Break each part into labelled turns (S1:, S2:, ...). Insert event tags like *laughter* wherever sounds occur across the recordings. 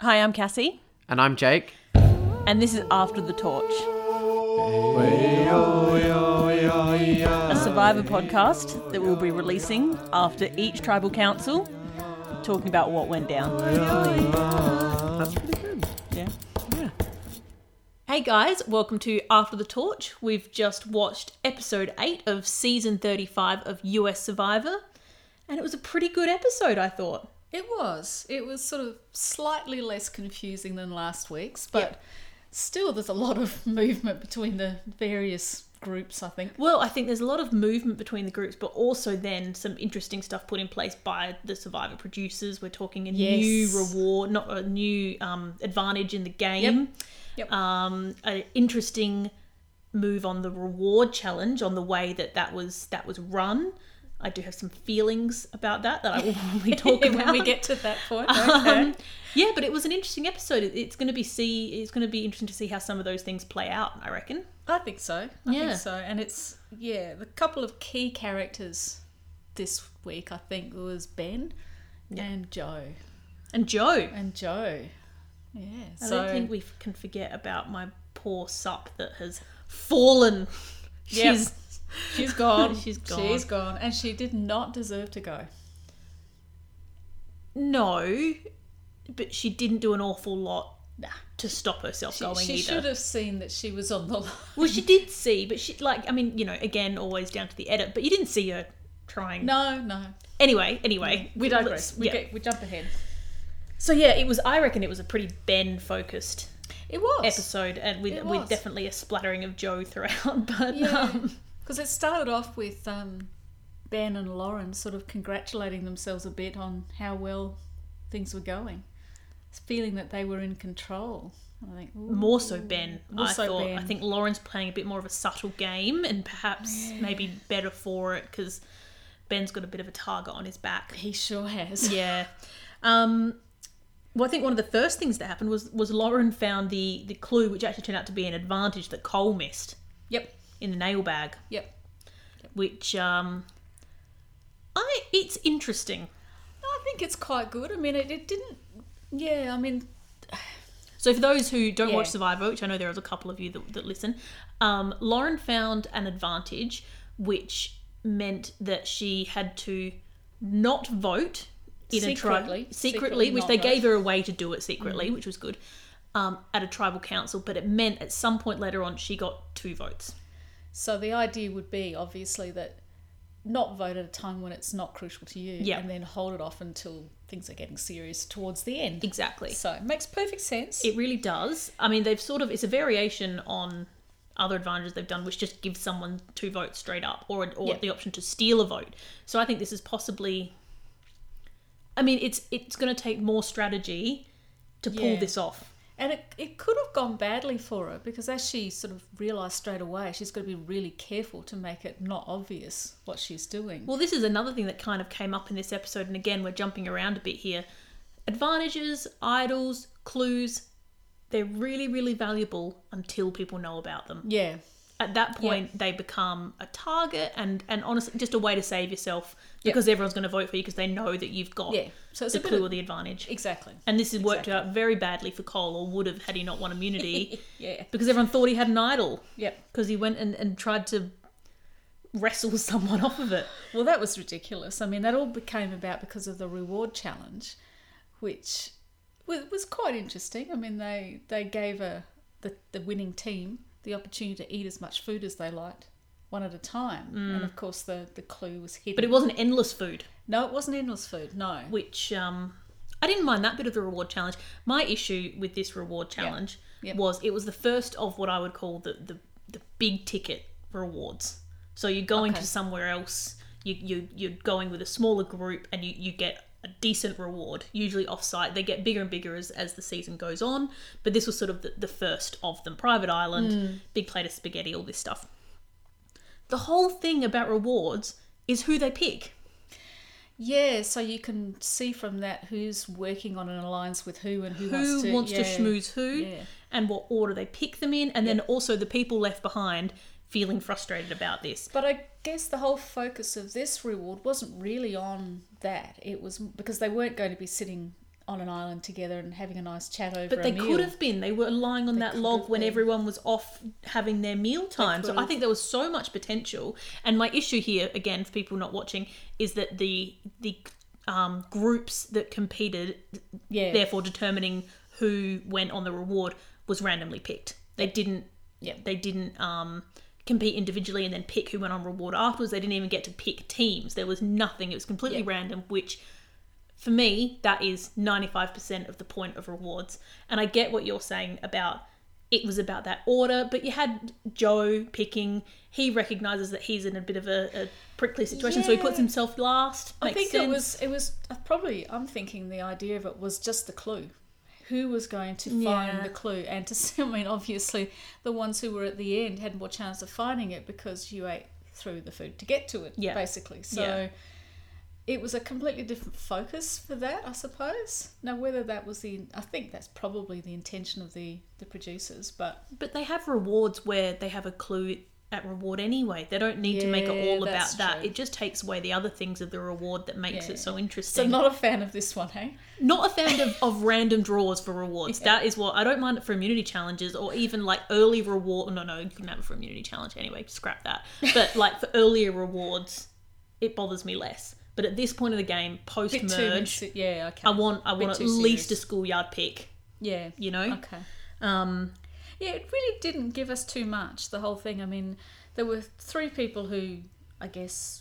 S1: Hi, I'm Cassie,
S2: And I'm Jake.
S1: and this is After the Torch. A survivor podcast that we'll be releasing after each tribal council, talking about what went down.
S2: That's pretty good.
S1: Yeah.
S3: Hey guys, welcome to After the Torch. We've just watched episode 8 of season 35 of US Survivor, and it was a pretty good episode, I thought.
S4: It was. It was sort of slightly less confusing than last week's, but
S3: Yep.
S4: still, there's a lot of *laughs* movement between the various groups. I think.
S3: Well, I think there's a lot of movement between the groups, but also then some interesting stuff put in place by the Survivor producers. We're talking a
S4: Yes.
S3: new reward, not a new um, advantage in the game.
S4: *laughs* Yep.
S3: Um, an interesting move on the reward challenge on the way that that was that was run. I do have some feelings about that that I
S4: *laughs*
S3: will probably talk about
S4: when we get to that *laughs* point, okay.
S3: Um, yeah, but it was an interesting episode. It- It's going to be see. It's going to be interesting to see how some of those things play out. I reckon.
S4: I think so. I
S3: Yeah.
S4: think so. And it's yeah, the couple of key characters this week I think was Ben and Joe.
S3: And Joe,
S4: And Joe. Yeah.
S3: I
S4: so
S3: don't think we f- can forget about my poor sup that has fallen.
S4: Yep.
S3: She's
S4: she's gone.
S3: She's
S4: *laughs* She's gone. And she did not deserve to go.
S3: no, but she didn't do an awful lot to stop herself
S4: She,
S3: going
S4: she
S3: either.
S4: should have seen that she was on the line.
S3: Well, she did see, but she like I mean, you know, again, always down to the edit. But you didn't see her trying.
S4: No, no.
S3: Anyway, anyway,
S4: We digress.
S3: let's-
S4: We,
S3: yeah.
S4: get, we jump ahead.
S3: So yeah, it was. I reckon it was a pretty Ben focused
S4: It was.
S3: episode, and with
S4: It
S3: with
S4: was.
S3: definitely a splattering of Joe throughout. *laughs* But um,
S4: *laughs* Because it started off with um, Ben and Lauren sort of congratulating themselves a bit on how well things were going, feeling that they were in control. I think ooh,
S3: more so Ben,
S4: More
S3: I
S4: so
S3: thought. I
S4: Ben.
S3: think Lauren's playing a bit more of a subtle game, and perhaps maybe better for it because Ben's got a bit of a target on his back.
S4: he sure has.
S3: Yeah. Um, well, I think one of the first things that happened was was Lauren found the the clue, which actually turned out to be an advantage that Cole missed
S4: Yep.
S3: in the nail bag,
S4: Yep.
S3: which um, I it's interesting.
S4: I think it's quite good. I mean, it, it didn't. Yeah, I mean,
S3: So, for those who don't watch
S4: Yeah.
S3: Survivor, which I know there is a couple of you that, that listen, um, Lauren found an advantage, which meant that she had to not vote in
S4: Secretly.
S3: a tribe secretly,
S4: Secretly
S3: which
S4: not
S3: they
S4: vote. Mm.
S3: gave her a way to do it secretly, which was good, um, at a tribal council. But it meant at some point later on she got two votes.
S4: so the idea would be obviously that not vote at a time when it's not crucial to you,
S3: Yep.
S4: and then hold it off until things are getting serious towards the end.
S3: Exactly.
S4: So it makes perfect sense.
S3: It really does. I mean, they've sort of it's a variation on other advantages they've done, which just gives someone two votes straight up, or or
S4: Yeah.
S3: the option to steal a vote. So I think this is possibly. I mean, it's it's going to take more strategy to pull
S4: Yeah.
S3: this off.
S4: And it, it could have gone badly for her because as she sort of realised straight away, she's got to be really careful to make it not obvious what she's doing.
S3: Well, this is another thing that kind of came up in this episode, and again, we're jumping around a bit here. Advantages, idols, clues. They're really, really valuable until people know about them.
S4: yeah,
S3: at that point they become a target and and honestly just a way to save yourself because everyone's going to vote for you because they know that you've got
S4: yeah. So it's
S3: the
S4: a bit
S3: clue
S4: of,
S3: or the advantage
S4: exactly.
S3: and this has worked out very badly for cole or would have had he not won
S4: *laughs*
S3: immunity
S4: Yeah.
S3: because everyone thought he had an idol
S4: Yep.
S3: because he went and, and tried to wrestle *laughs* someone off of it
S4: Well, that was ridiculous. I mean, that all became about because of the reward challenge, which wa- was quite interesting. I mean, they they gave a the, the winning team the opportunity to eat as much food as they liked, one at a time. And of course, the the clue was hidden.
S3: Mm. but it wasn't endless food
S4: no, it wasn't endless food. No.
S3: which um I didn't mind that bit of the reward challenge. My issue with this reward challenge
S4: Yeah.
S3: was it was the first of what I would call the the, the big ticket rewards. So you're going
S4: Okay.
S3: to somewhere else, you, you you're going with a smaller group and you, you get a decent reward, usually off site. They get bigger and bigger as, as the season goes on, but this was sort of the, the first of them. Private Island, big plate of spaghetti, all this stuff. The whole thing about rewards is who they pick.
S4: Yeah, so you can see from that who's working on an alliance with who and who, wants to
S3: who wants to
S4: yeah.
S3: schmooze who
S4: Yeah.
S3: and what order they pick them in and then also the people left behind feeling frustrated about this
S4: But I guess the whole focus of this reward wasn't really on that. It was because they weren't going to be sitting on an island together and having a nice chat over.
S3: But
S4: a
S3: they
S4: meal.
S3: could have been. They were lying on that
S4: could
S3: log
S4: have
S3: when
S4: been.
S3: everyone was off having their meal time. So
S4: could
S3: I think there was so much potential. And my issue here, again, for people not watching, is that the the um, groups that competed,
S4: yeah,
S3: therefore determining who went on the reward, was randomly picked. They didn't.
S4: Yeah.
S3: They didn't. Um, compete individually and then pick who went on reward afterwards they didn't even get to pick teams there was nothing it was completely
S4: Yeah.
S3: random which for me, that is 95% of the point of rewards. And I get what you're saying about it was about that order, but you had Joe picking. He recognizes that he's in a bit of a, a prickly situation, so he puts
S4: Yeah.
S3: himself last.
S4: I
S3: Makes
S4: think
S3: sense.
S4: it was it was uh, probably I'm thinking the idea of it was just the clue. Who was going to find
S3: Yeah.
S4: the clue? And to *laughs* see, I mean, obviously, the ones who were at the end had more chance of finding it because you ate through the food to get to it,
S3: Yeah.
S4: basically. So
S3: Yeah.
S4: it was a completely different focus for that, I suppose. Now, whether that was the, I think that's probably the intention of the the producers, but
S3: But they have rewards where they have a clue at reward anyway. They don't need to make it
S4: Yeah,
S3: all about
S4: that's
S3: that.
S4: true.
S3: It just takes away the other things of the reward that makes
S4: Yeah.
S3: it so
S4: so
S3: interesting.
S4: not a fan of this one, hey?
S3: not a fan of, of random draws for rewards. That is what I don't mind it for immunity challenges or even like early reward. No, no, you can have it for immunity challenge anyway. Scrap that. But like for earlier rewards, it bothers me less. But at this point of the game, post
S4: Bit too,
S3: merge,
S4: minci- yeah, okay,
S3: I want I
S4: Bit
S3: want at
S4: too
S3: least a
S4: serious.
S3: schoolyard pick.
S4: yeah,
S3: You know,
S4: okay.
S3: um,
S4: Yeah, it really didn't give us too much, the whole thing. I mean, there were three people who, I guess,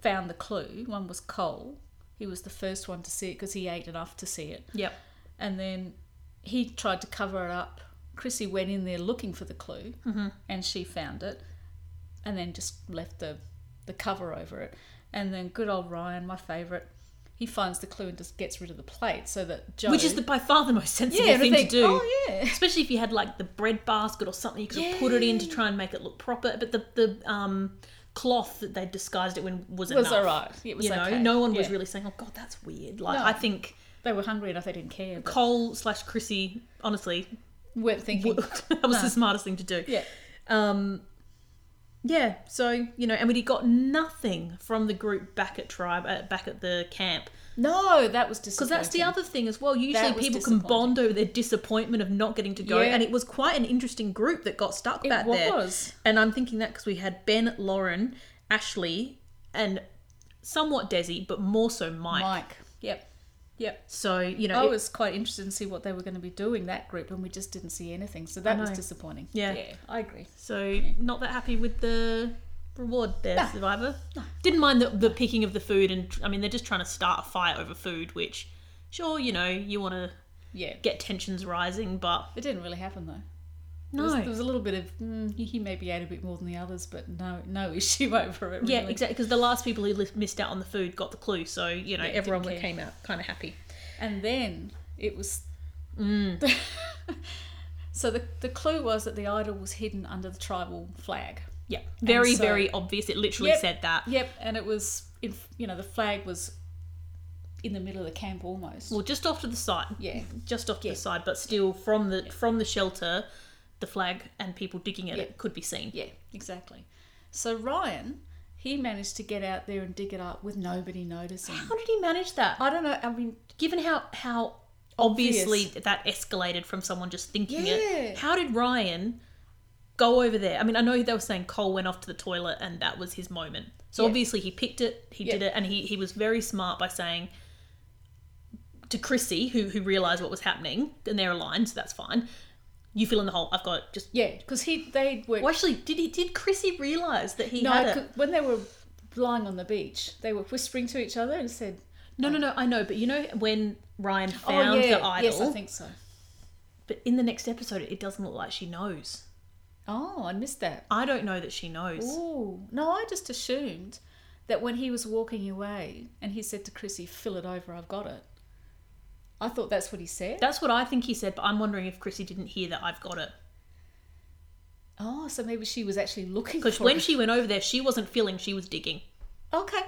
S4: found the clue. One was Cole. He was the first one to see it because he ate enough to see it.
S3: yep,
S4: And then he tried to cover it up. Chrissy went in there looking for the clue
S3: Mm-hmm.
S4: and she found it and then just left the, the cover over it. And then good old Ryan, my favourite, he finds the clue and just gets rid of the plate so that Joe.
S3: which is the by far the most sensible
S4: yeah,
S3: thing
S4: think,
S3: to do.
S4: Oh, yeah.
S3: Especially if you had like the bread basket or something, you could have put it in to try and make it look proper. But the the um, cloth that they disguised it in was
S4: was
S3: enough.
S4: all right. *laughs* It was
S3: you know,
S4: okay.
S3: no one was
S4: Yeah.
S3: really saying, "Oh God, that's weird." Like
S4: No.
S3: I think
S4: They were hungry enough. They didn't care. But
S3: Cole slash Chrissy,
S4: *laughs*
S3: honestly,
S4: weren't thinking. *laughs*
S3: *laughs* that was the smartest thing to do.
S4: yeah.
S3: Um, yeah. So you know, and we got nothing from the group back at tribe, uh, back at the camp,
S4: No, that was disappointing.
S3: because that's the other thing as well. Usually,
S4: That was
S3: people can
S4: disappointing.
S3: bond over their disappointment of not getting to go,
S4: Yeah.
S3: and it was quite an interesting group that got stuck
S4: It
S3: back there.
S4: was.
S3: And I'm thinking that because we had Ben, Lauren, Ashley, and somewhat Desi, but more so Mike.
S4: Mike. Yep. Yep.
S3: So you know,
S4: I
S3: it-
S4: was quite interested to see what they were going to be doing that group, and we just didn't see anything. So that was
S3: know.
S4: disappointing.
S3: Yeah.
S4: I agree.
S3: So not that happy with the reward there, Survivor. Didn't mind the, the picking of the food, and I mean they're just trying to start a fight over food, which, sure, you know, you want to
S4: Yeah.
S3: get tensions rising, but
S4: It didn't really happen though. There was,
S3: no,
S4: there was a little bit of mm, he maybe ate a bit more than the others, but no, no *laughs* issue over it. Really.
S3: yeah, exactly, because the last people who li- missed out on the food got the clue, so you know
S4: Yeah,
S3: everyone
S4: didn't care.
S3: came out kind of happy.
S4: And then it was.
S3: Mm.
S4: *laughs* so the the clue was that the idol was hidden under the tribal flag.
S3: Yeah, very
S4: so-
S3: very obvious. It literally
S4: Yep.
S3: said that.
S4: Yep, and it was in you know the flag was in the middle of the camp almost.
S3: Well, just off to the side.
S4: Yeah.
S3: just off to the side, but still from the from the shelter, the flag and people digging at
S4: Yeah.
S3: it could be seen.
S4: Yeah, exactly. So Ryan, he managed to get out there and dig it up with nobody noticing.
S3: *gasps* How did he manage that?
S4: I don't know. I mean,
S3: given how how
S4: Obvious.
S3: obviously that escalated from someone just thinking it
S4: Yeah.
S3: how did ryan go over there i mean i know they were saying cole went off to the toilet and that was his moment so
S4: Yeah.
S3: obviously he picked it he did
S4: Yeah.
S3: it and he, he was very smart by saying to chrissy who who realized what was happening and they're aligned so that's fine you fill in the hole i've got it just
S4: yeah, because he they worked.
S3: well actually did he did chrissy realize that he
S4: no,
S3: had it
S4: 'cause when they were lying on the beach, they were whispering to each other and said,
S3: no no no i know but you know when ryan found
S4: "Oh yeah,
S3: the idol
S4: yes, I think so."
S3: but in the next episode it doesn't look like she knows
S4: Oh, I missed that.
S3: I don't know that she knows.
S4: Oh no, I just assumed that when he was walking away and he said to Chrissy, "Fill it over, I've got it." I thought that's what he said.
S3: That's what I think he said, but I'm wondering if Chrissy didn't hear that I've got it.
S4: Oh, so maybe she was actually looking
S3: Because
S4: for
S3: when
S4: it.
S3: she went over there, she wasn't filling, she was digging.
S4: Okay.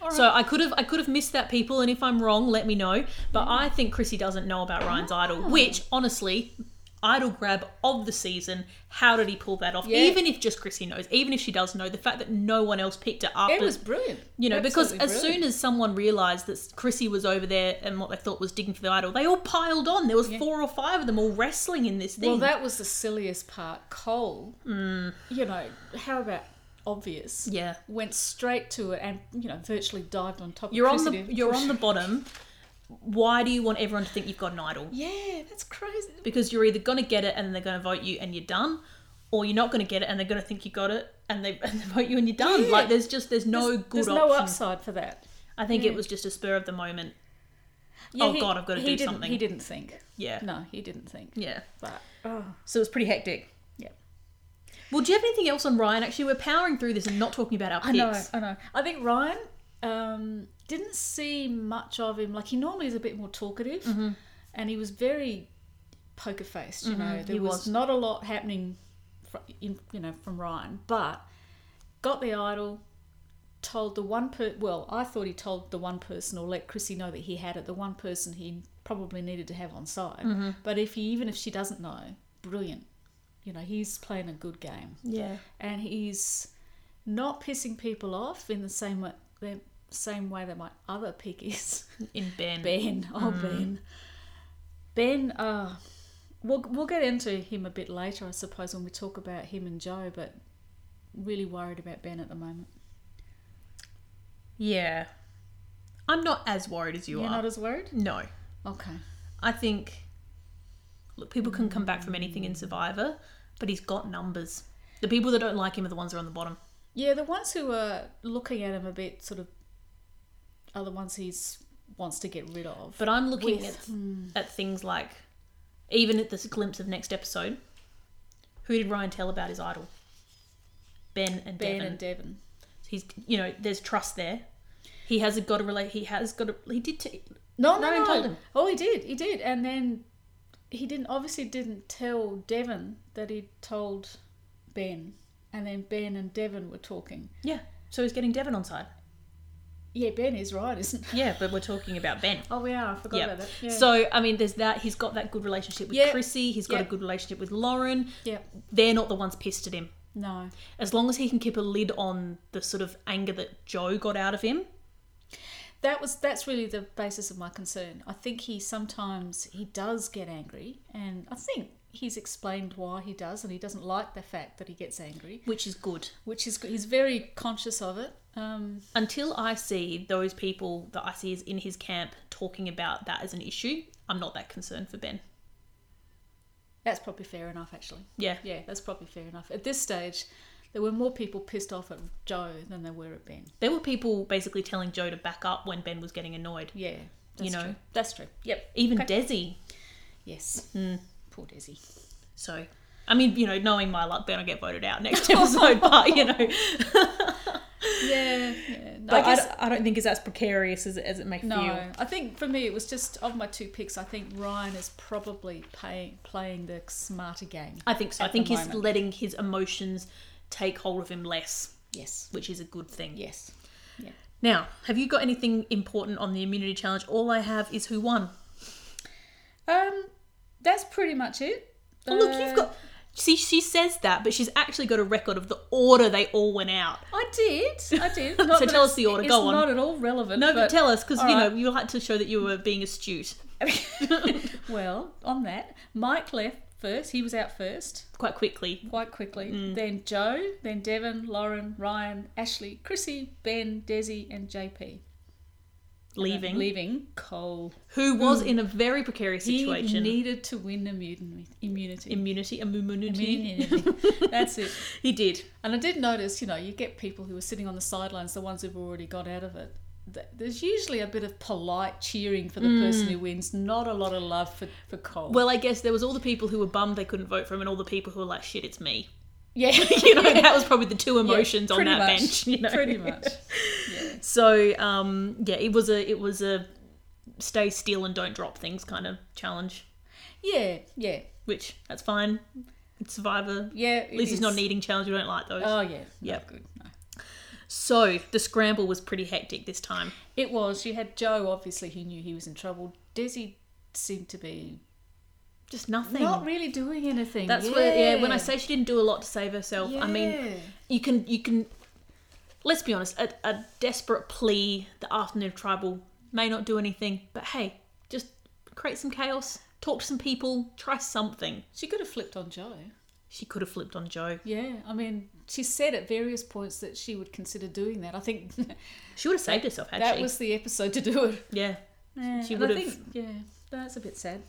S4: All right.
S3: So I could have I could have missed that people,
S4: Ah.
S3: and if I'm wrong, let me know. But I think Chrissy doesn't know about Ryan's idol, which honestly, idol grab of the season. How did he pull that off?
S4: Yeah.
S3: Even if just Chrissy knows, even if she does know, the fact that no one else picked it up.
S4: It
S3: and-
S4: was brilliant.
S3: you know, because
S4: Absolutely
S3: as
S4: brilliant.
S3: soon as someone realised that Chrissy was over there and what they thought was digging for the idol, they all piled on. There was four or five of them all wrestling in this thing.
S4: Well, that was the silliest part. Cole, you know, how about obvious?
S3: Mm. yeah,
S4: Went straight to it and, you know, virtually dived on top
S3: you're
S4: of
S3: on the
S4: Chrissy to
S3: you're
S4: push-
S3: on the bottom. Why do you want everyone to think you've got an idol?
S4: Yeah, that's crazy.
S3: Because you're either going to get it and they're going to vote you and you're done, or you're not going to get it and they're going to think you got it and they, *laughs* and they vote you and you're done.
S4: Yeah.
S3: Like there's just there's no
S4: there's,
S3: good
S4: There's
S3: option. Oh
S4: no upside for that.
S3: I think it was just a spur of the moment.
S4: Yeah,
S3: Oh, God, I've gotta
S4: he
S3: do
S4: didn't-
S3: something.
S4: He didn't think.
S3: Yeah,
S4: No, he didn't think.
S3: yeah.
S4: But oh,
S3: So it was pretty hectic.
S4: yeah.
S3: Well, do you have anything else on Ryan? Actually, we're powering through this and not talking about our picks.
S4: I know, I know. I think Ryan um, didn't see much of him. Like he normally is a bit more talkative,
S3: Mm-hmm.
S4: and he was very poker faced. You know, there
S3: he
S4: was,
S3: was.
S4: not a lot happening, fr in, you know, from Ryan. But got the idol, told the one per. Well, I thought he told the one person or let Chrissy know that he had it. The one person he probably needed to have on side.
S3: Mm-hmm.
S4: But if he, even if she doesn't know, brilliant. You know, he's playing a good game
S3: Yeah.
S4: and he's not pissing people off in the same way the same way that my other pig is.
S3: In Ben.
S4: Ben, oh
S3: Mm.
S4: Ben, Ben. Uh, we'll we'll get into him a bit later, I suppose, when we talk about him and Joe. But really worried about Ben at the moment.
S3: Yeah. I'm not as worried as you
S4: You're
S3: are.
S4: not as worried.
S3: no.
S4: Okay.
S3: I think, look, people can come back from anything in Survivor, but he's got numbers. The people that don't like him are the ones that are on the bottom.
S4: Yeah, the ones who are looking at him a bit sort of are the ones he's wants to get rid of.
S3: But I'm looking
S4: With- Hmm.
S3: at, at things like, even at this glimpse of next episode, who did Ryan tell about his idol? Ben and
S4: Ben
S3: Devon.
S4: and Devon.
S3: he's, you know, there's trust there. He has got a relate. He has got a. He did. T-
S4: No,
S3: No
S4: no,
S3: one
S4: no.
S3: told him.
S4: Oh, he did. He did, and then he didn't. Obviously, didn't tell Devon that he told Ben, and then Ben and Devon were talking.
S3: yeah. So he's getting Devon on side.
S4: Yeah, Ben is right, *laughs* isn't? He?
S3: Yeah, but we're talking about Ben.
S4: Oh, we are. I forgot
S3: Yeah.
S4: about that. Yeah.
S3: So I mean, there's that. He's got that good relationship with
S4: Yeah.
S3: Chrissy. He's got
S4: Yeah.
S3: a good relationship with Lauren.
S4: yeah,
S3: They're not the ones pissed at him.
S4: no.
S3: As long as he can keep a lid on the sort of anger that Joe got out of him.
S4: That was that's really the basis of my concern. I think he sometimes he does get angry, and I think he's explained why he does, and he doesn't like the fact that he gets angry,
S3: Which is good.
S4: which is he's very conscious of it. Um,
S3: Until I see those people that I see is in his camp talking about that as an issue, I'm not that concerned for Ben.
S4: that's probably fair enough, actually.
S3: Yeah.
S4: Yeah, that's probably fair enough. At this stage, there were more people pissed off at Joe than there were at Ben.
S3: There were people basically telling Joe to back up when Ben was getting annoyed.
S4: Yeah,
S3: You
S4: that's
S3: know.
S4: true. that's true.
S3: Yep. Even
S4: Okay.
S3: Desi.
S4: Yes,
S3: Hmm.
S4: poor Desi.
S3: So I mean, you know, knowing my luck, Ben will get voted out *laughs* next episode, but you know,
S4: Yeah,
S3: *laughs*
S4: yeah. No,
S3: But
S4: I
S3: I,
S4: guess-
S3: don't- I don't think it's as precarious as, it- as it may
S4: no.
S3: feel.
S4: I think for me, it was just of my two picks. I think Ryan is probably pay, playing the smarter game.
S3: I think so. I
S4: At
S3: think
S4: the
S3: he's
S4: moment.
S3: letting his emotions take hold of him less,
S4: Yes,
S3: which is a good thing.
S4: yes.
S3: Now, have you got anything important on the immunity challenge? All I have is who won.
S4: Um, that's pretty much it.
S3: Oh, look, you've
S4: Uh,
S3: got. See, she says that, but she's actually got a record of the order they all went out.
S4: I did. I
S3: *laughs*
S4: did.
S3: So
S4: Not that
S3: tell us
S4: it's-
S3: the order,
S4: It's
S3: go on.
S4: not at all relevant.
S3: No, but,
S4: but
S3: tell us *laughs* because
S4: all
S3: you know
S4: right.
S3: you like to show that you were being astute.
S4: *laughs* Well, on that, Mike left first. He was out first
S3: Quite quickly.
S4: quite quickly.
S3: Mm.
S4: Then Joe, then Devon, Lauren, Ryan, Ashley, Chrissy, Ben, Desi, and JP.
S3: Leaving.
S4: Leaving Cole.
S3: Who was in a very precarious situation.
S4: Hmm. He needed to win immun- immunity.
S3: immunity, immunity. *laughs*
S4: Immunity. That's it.
S3: He did.
S4: And I did notice, you know, you get people who are sitting on the sidelines, the ones who've already got out of it. Th- There's usually a bit of polite cheering for the person who wins, not a lot of love for, for Cole.
S3: Mm. Well, I guess there was all the people who were bummed they couldn't vote for him, and all the people who were like, "Shit, it's me." *laughs*
S4: *laughs* yeah,
S3: You know, that was probably the two
S4: Yeah,
S3: emotions on
S4: pretty
S3: that
S4: much.
S3: bench. You know?
S4: Pretty
S3: *laughs*
S4: much.
S3: So, um, yeah, it was a it was a stay still and don't drop things kind of challenge,
S4: Yeah, yeah,
S3: which that's fine. It's Survivor.
S4: yeah.
S3: At least it's not an eating challenge. We don't like those.
S4: Oh yeah, yeah,
S3: Yep.
S4: good. No.
S3: so the scramble was pretty hectic this time.
S4: It was. You had Joe, obviously, who knew he was in trouble. Desi seemed to be
S3: just nothing.
S4: Not really doing anything.
S3: That's where yeah. When I say she didn't do a lot to save herself, I mean
S4: Yeah.
S3: you can you can. Let's be honest. A, a desperate plea. The afternoon of tribal may not do anything, but hey, just create some chaos. Talk to some people. Try something.
S4: she could have flipped on Joe.
S3: She could have flipped on Joe.
S4: Yeah, I mean, she said at various points that she would consider doing that. I think *laughs*
S3: She would have saved herself had
S4: that
S3: she.
S4: was the episode to do it.
S3: yeah. She
S4: And
S3: would
S4: I
S3: have-
S4: think- Yeah, that's a bit sad.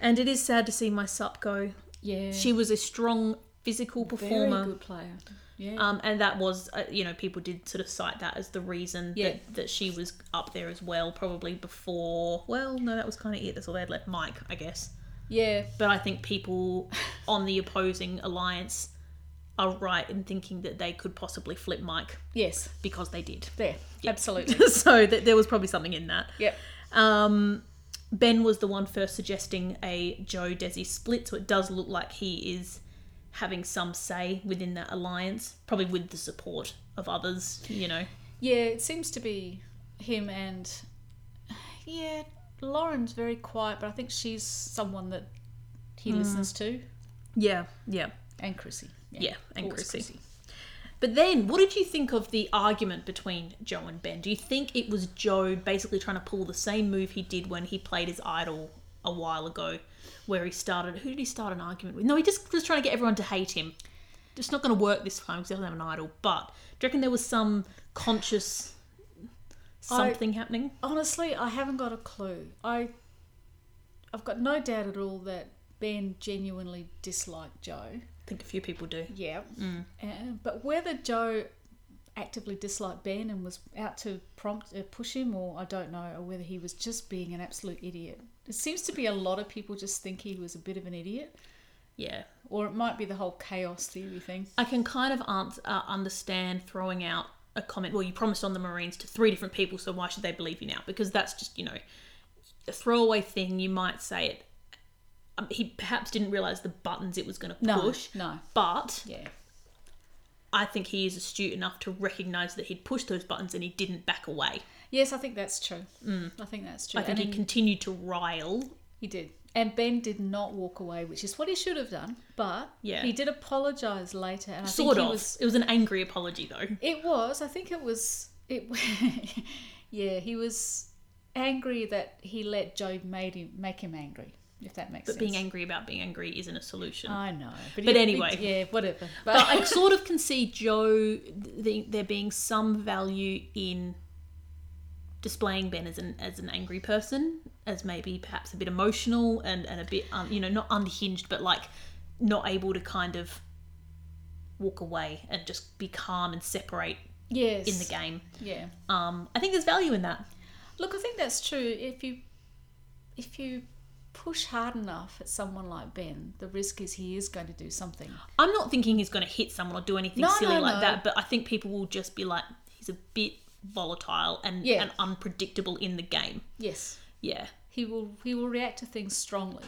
S3: And it is sad to see my sup go.
S4: Yeah,
S3: She was a strong physical
S4: very
S3: performer.
S4: good player. Yeah,
S3: Um, and that was, uh, you know, people did sort of cite that as the reason
S4: Yeah.
S3: that, that she was up there as well, probably before. Well, no, that was kind of it. That's all they had left. Mike, I guess.
S4: yeah,
S3: But I think people
S4: *laughs*
S3: on the opposing alliance are right in thinking that they could possibly flip Mike
S4: yes,
S3: because they did.
S4: there,
S3: *laughs*
S4: absolutely.
S3: so th- there was probably something in that.
S4: Yep.
S3: Um, ben was the one first suggesting a Joe Desi split, so it does look like he is having some say within that alliance, probably with the support of others, you know.
S4: Yeah, it seems to be him and yeah, Lauren's very quiet, but I think she's someone that
S3: Hmm.
S4: he listens to,
S3: Yeah, yeah,
S4: and Chrissy.
S3: yeah, and
S4: Always
S3: Chrissy. But then, what did you think of the argument between Joe and Ben? Do you think it was Joe basically trying to pull the same move he did when he played his idol a while ago, where he started? Who did he start an argument with? No, he just was trying to get everyone to hate him. It's not going to work this time because he doesn't have an idol. But do you reckon there was some conscious something happening?
S4: Honestly, I haven't got a clue. I I've got no doubt at all that Ben genuinely disliked Joe.
S3: I think a few people do.
S4: Yeah.
S3: Mm.
S4: Uh, but whether Joe actively disliked Ben and was out to prompt uh, push him, or I don't know, or whether he was just being an absolute idiot. It seems to be a lot of people just think he was a bit of an idiot,
S3: Yeah,
S4: or it might be the whole chaos theory thing.
S3: I can kind of answer, uh, understand throwing out a comment. Well, you promised on the Marines to three different people, so why should they believe you now? Because that's just you know a throwaway thing. You might say it. Um, he perhaps didn't realize the buttons it was going to
S4: No,
S3: push.
S4: no.
S3: But
S4: Yeah.
S3: I think he is astute enough to recognize that he'd pushed those buttons and he didn't back away.
S4: Yes, I think that's true. I think that's true.
S3: Mm. I
S4: And
S3: think he continued to rile.
S4: He did. And Ben did not walk away, which is what he should have done. But
S3: Yeah.
S4: he did apologise later, and I
S3: Sort
S4: think he
S3: of.
S4: was.
S3: It was an angry apology though.
S4: It was. I think it was. It. *laughs* yeah, he was angry that he let Joe made him make him angry. If that makes
S3: But
S4: sense.
S3: being angry about being angry isn't a solution.
S4: I know.
S3: But
S4: it-
S3: anyway.
S4: it- yeah, whatever.
S3: but
S4: But
S3: I sort of can see Joe th- there being some value in displaying Ben as an as an angry person, as maybe perhaps a bit emotional and and a bit um, you know not unhinged, but like not able to kind of walk away and just be calm and separate
S4: yes,
S3: in the game.
S4: Yeah.
S3: Um, I think there's value in that.
S4: Look, I think that's true. If you if you push hard enough at someone like Ben, the risk is he is going to do something.
S3: I'm not thinking he's going to hit someone or do anything
S4: No,
S3: silly
S4: no,
S3: like
S4: no.
S3: that, but I think people will just be like, he's a bit volatile and,
S4: Yeah.
S3: and unpredictable in the game.
S4: Yes.
S3: Yeah.
S4: he will he will react to things strongly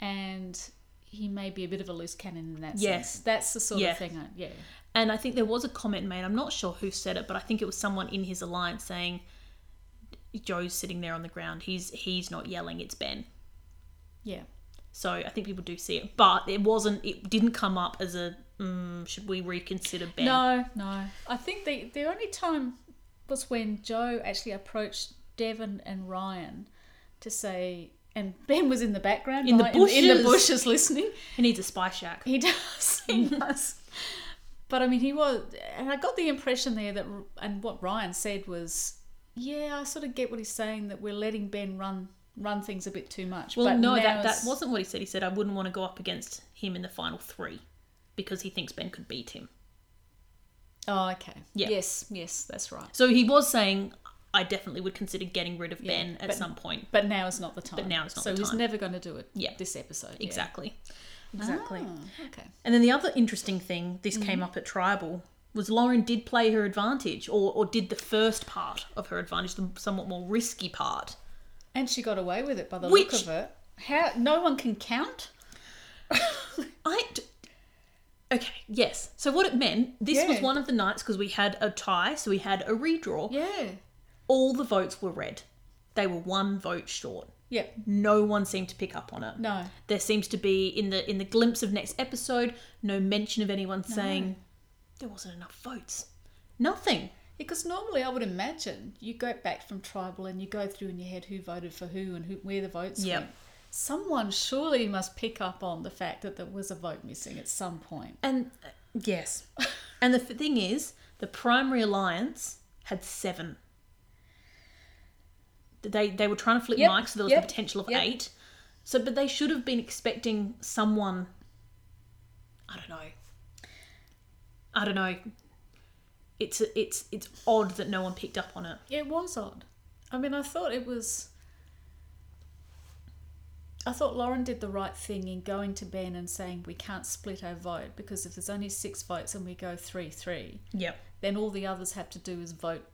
S4: and he may be a bit of a loose cannon in that
S3: Yes.
S4: sense. That's the sort
S3: Yeah.
S4: of thing I yeah.
S3: And I think there was a comment made, I'm not sure who said it, but I think it was someone in his alliance saying Joe's sitting there on the ground. He's he's not yelling, it's Ben.
S4: Yeah.
S3: So I think people do see it. But it wasn't it didn't come up as a mm, should we reconsider Ben?
S4: No, no. I think the the only time was when Joe actually approached Devon and Ryan to say and Ben was in the background
S3: In the
S4: right, in, in the
S3: bushes.
S4: bushes listening. *laughs*
S3: He needs a spy shack.
S4: He does. He
S3: *laughs*
S4: does. But I mean, he was, and I got the impression there that, and what Ryan said was, yeah, I sort of get what he's saying that we're letting Ben run run things a bit too much.
S3: Well
S4: but
S3: no,
S4: now
S3: that, that
S4: it's-
S3: wasn't what he said. He said I wouldn't want to go up against him in the final three because he thinks Ben could beat him.
S4: Oh, okay.
S3: Yeah.
S4: Yes, yes, that's right.
S3: So he was saying I definitely would consider getting rid of Ben at
S4: but-
S3: some point.
S4: But now is not the time.
S3: now is not
S4: so
S3: the
S4: he's
S3: time.
S4: never going to do it.
S3: Yeah.
S4: This episode. yeah.
S3: Exactly. Exactly.
S4: Oh, okay.
S3: And then the other interesting thing, this came up at Tribal, was Lauren did play her advantage, or, or did the first part of her advantage, the somewhat more risky part.
S4: And she got away with it by the
S3: Which-
S4: look of it. How no one can count.
S3: I. d- Okay, yes. So what it meant, this was
S4: Yeah.
S3: one of the nights because we had a tie, so we had a redraw.
S4: Yeah.
S3: All the votes were red. They were one vote short.
S4: Yeah.
S3: No one seemed to pick up on it.
S4: No.
S3: There seems to be in the in the glimpse of next episode no mention of anyone saying there wasn't enough votes. Nothing.
S4: Because normally I would imagine you go back from tribal and you go through in your head who voted for who and who, where the votes
S3: Yep.
S4: went. Someone surely must pick up on the fact that there was a vote missing at some point.
S3: And uh, yes. and the f- thing is, the primary alliance had seven. They they were trying to flip
S4: Yep,
S3: mics, so there was
S4: yep,
S3: the potential of
S4: yep.
S3: eight. So, but they should have been expecting someone. I don't know. I don't know. It's it's it's odd that no one picked up on it.
S4: It was odd. I mean, I thought it was. I thought Lauren did the right thing in going to Ben and saying we can't split our vote because if there's only six votes and we go three three,
S3: Yep.
S4: then all the others have to do is vote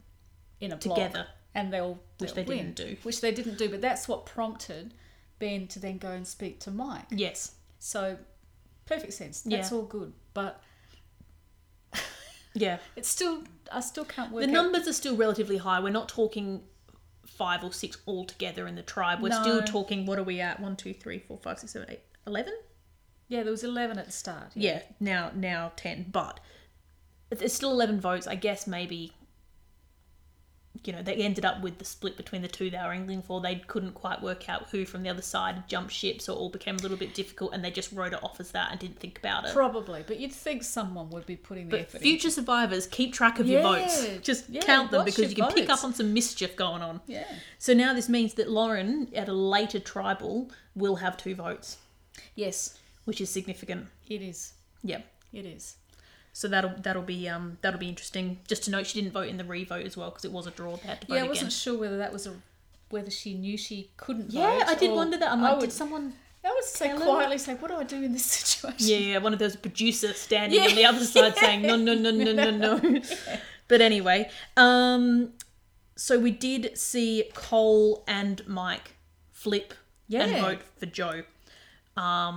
S4: in a block,
S3: Together.
S4: and they'll
S3: Which
S4: they'll
S3: they
S4: win,
S3: didn't do.
S4: which they didn't do. But that's what prompted Ben to then go and speak to Mike.
S3: Yes.
S4: So perfect sense. That's
S3: Yeah.
S4: all good, but
S3: Yeah.
S4: it's still I still can't work
S3: The
S4: out-
S3: numbers are still relatively high. We're not talking five or six all together in the tribe. We're still
S4: No.
S3: talking, what are we at? One, two, three, four, five, six, seven, eight, eleven?
S4: Yeah, there was eleven at the start.
S3: Yeah, now now ten. But there's still eleven votes. I guess maybe you know, they ended up with the split between the two they were angling for. They couldn't quite work out who from the other side jumped ship, so it all became a little bit difficult and they just wrote it off as that and didn't think about it.
S4: Probably, but you'd think someone would be putting the
S3: But
S4: effort
S3: future survivors, keep track of your votes.
S4: Yeah,
S3: Just
S4: yeah,
S3: count them
S4: watch
S3: because
S4: your
S3: you can pick
S4: votes.
S3: up on some mischief going on.
S4: in. Yeah.
S3: So now this means that Lauren, at a later tribal, will have two votes,
S4: Yes,
S3: which is significant.
S4: it is.
S3: Yeah.
S4: It is.
S3: So that'll that'll be um that'll be interesting. Just to note, she didn't vote in the revote as well because it was a draw. They had to vote
S4: yeah, I
S3: again.
S4: wasn't sure whether that was a whether she knew she couldn't vote.
S3: yeah, I did
S4: or-
S3: wonder that. I'm
S4: I
S3: like,
S4: would, *laughs*
S3: did someone?
S4: I would say
S3: tell her?
S4: quietly, say, "What do I do in this *laughs* situation?"
S3: Yeah, yeah, one of those producers standing
S4: Yeah.
S3: on the other side saying, no, no, no, no, no,
S4: *laughs*
S3: no. But anyway, um, so we did see Cole and Mike flip and
S4: Yeah.
S3: vote for Joe. Um,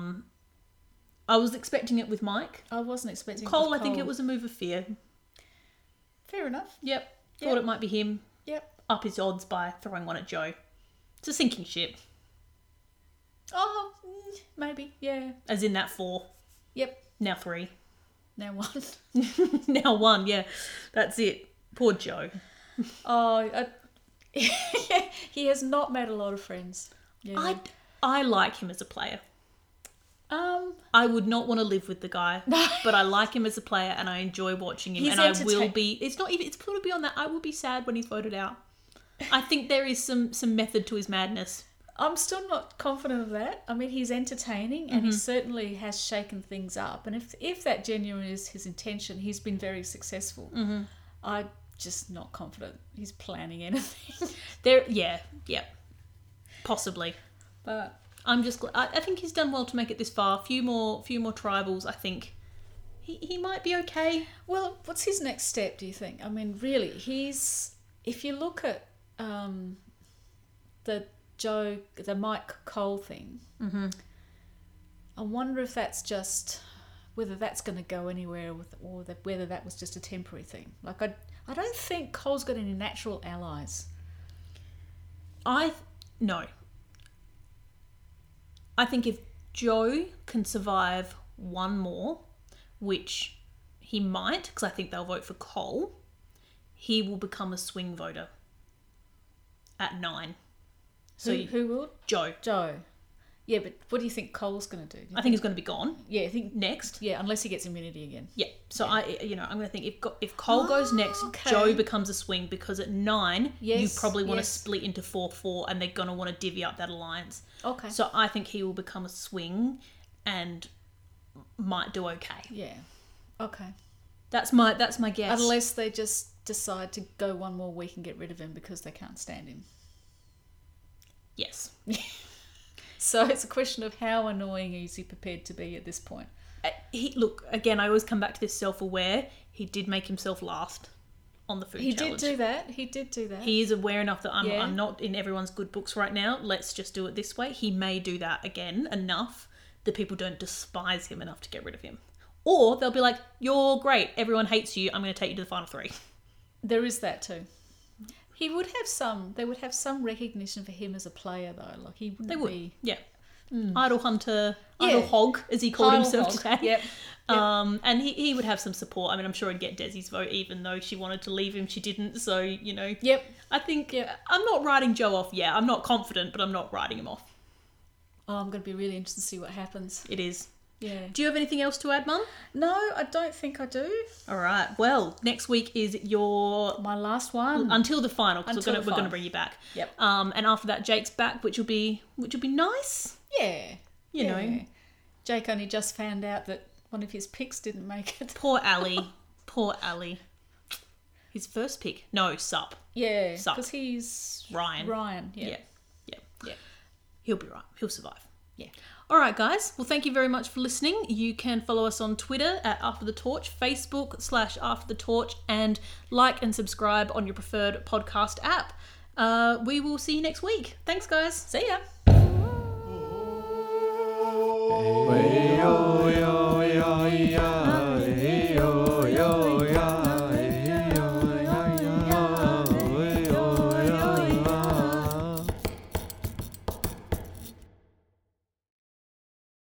S3: I was expecting it with Mike.
S4: I wasn't expecting it
S3: Cole,
S4: was
S3: I think it was a move of fear.
S4: fair enough.
S3: Yep.
S4: Yep.
S3: Thought it might be him.
S4: Yep.
S3: Up his odds by throwing one at Joe. It's a sinking ship,
S4: Oh, mm, maybe. Yeah.
S3: as in that four,
S4: Yep.
S3: now three, *laughs*
S4: Now one.
S3: now one. Yeah, that's it. Poor Joe.
S4: *laughs* oh, I, *laughs* yeah. He has not made a lot of friends. Yeah.
S3: I, I like him as a player.
S4: um.
S3: I would not want to live with the guy, but I like him as a player and I enjoy watching him.
S4: He's
S3: and I will
S4: entertain-
S3: be. It's not even. It's put it beyond that. I will be sad when he's voted out. I think there is some some method to his madness.
S4: I'm still not confident of that. I mean, he's entertaining and he certainly has shaken things up. And if if that genuine is his intention, he's been very successful. I'm just not confident he's planning anything. *laughs*
S3: There, yeah, yeah, possibly.
S4: but
S3: I'm just. Gl- I, I think he's done well to make it this far. Few more, few more tribals. I think he he might be okay.
S4: well, what's his next step? Do you think? I mean, really, he's if you look at um, the Joe, the Mike Cole thing. I wonder if that's just whether that's going to go anywhere with, or that whether that was just a temporary thing. Like I, I don't think Cole's got any natural allies.
S3: I no. I think if Joe can survive one more, which he might, because I think they'll vote for Cole, he will become a swing voter at nine. So
S4: So who, who will
S3: Joe,
S4: Joe? Yeah, but what do you think Cole's going to do?
S3: I think he's going to be gone
S4: yeah, I think
S3: next.
S4: yeah, unless he gets immunity again.
S3: Yeah. So I, you know, I'm going to think if Go- if Cole goes
S4: Oh,
S3: next,
S4: okay.
S3: Joe becomes a swing because at nine
S4: Yes,
S3: you probably want
S4: yes.
S3: to split into four four, and they're going to want to divvy up that alliance.
S4: Okay.
S3: So I think he will become a swing and might do okay.
S4: yeah. Okay.
S3: That's my that's my guess.
S4: Unless they just decide to go one more week and get rid of him because they can't stand him.
S3: yes.
S4: So it's a question of how annoying is he prepared to be at this point.
S3: Uh, He look again. I always come back to this self-aware. He did make himself last on the food
S4: He
S3: challenge.
S4: did do that. He did do that.
S3: He is aware enough that I'm,
S4: Yeah.
S3: I'm not in everyone's good books right now. Let's just do it this way. He may do that again enough that people don't despise him enough to get rid of him. Or they'll be like, You're great. Everyone hates you. I'm going to take you to the final three.
S4: There is that too. He would have some. They would have some recognition for him as a player, though. Like he wouldn't
S3: They would.
S4: be Hmm.
S3: Yeah. Idol hunter, idol
S4: Yeah.
S3: hog, as he called
S4: Idle
S3: himself
S4: *laughs* hog.
S3: today.
S4: Yep.
S3: Um, and he, he would have some support. I mean, I'm sure he'd get Desi's vote, even though she wanted to leave him, she didn't. So you know,
S4: Yep.
S3: I think
S4: Yeah.
S3: I'm not writing Joe off. Yeah, I'm not confident, but I'm not writing him off.
S4: Oh, I'm going to be really interested to see what happens.
S3: It is.
S4: Yeah.
S3: Do you have anything else to add, Mum?
S4: No, I don't think I do.
S3: All right. Well, next week is your
S4: My last one.
S3: until the final because we're
S4: Hmm. Until
S3: gonna
S4: the
S3: we're gonna
S4: final.
S3: bring you back.
S4: Yep.
S3: Um, and after that, Jake's back, which will be which will be nice.
S4: yeah.
S3: You
S4: yeah.
S3: know,
S4: Jake only just found out that one of his picks didn't make it.
S3: poor Ali, poor Ali. His first pick, no sup,
S4: Yeah.
S3: Sucked.
S4: Because he's
S3: Ryan.
S4: Ryan.
S3: Yeah.
S4: Yeah.
S3: yeah, yeah. He'll be right. He'll survive.
S4: Yeah.
S3: All right, guys. Well, thank you very much for listening. You can follow us on Twitter at After the Torch, Facebook slash After the Torch, and like and subscribe on your preferred podcast app. Uh, we will see you next week. Thanks, guys. See ya.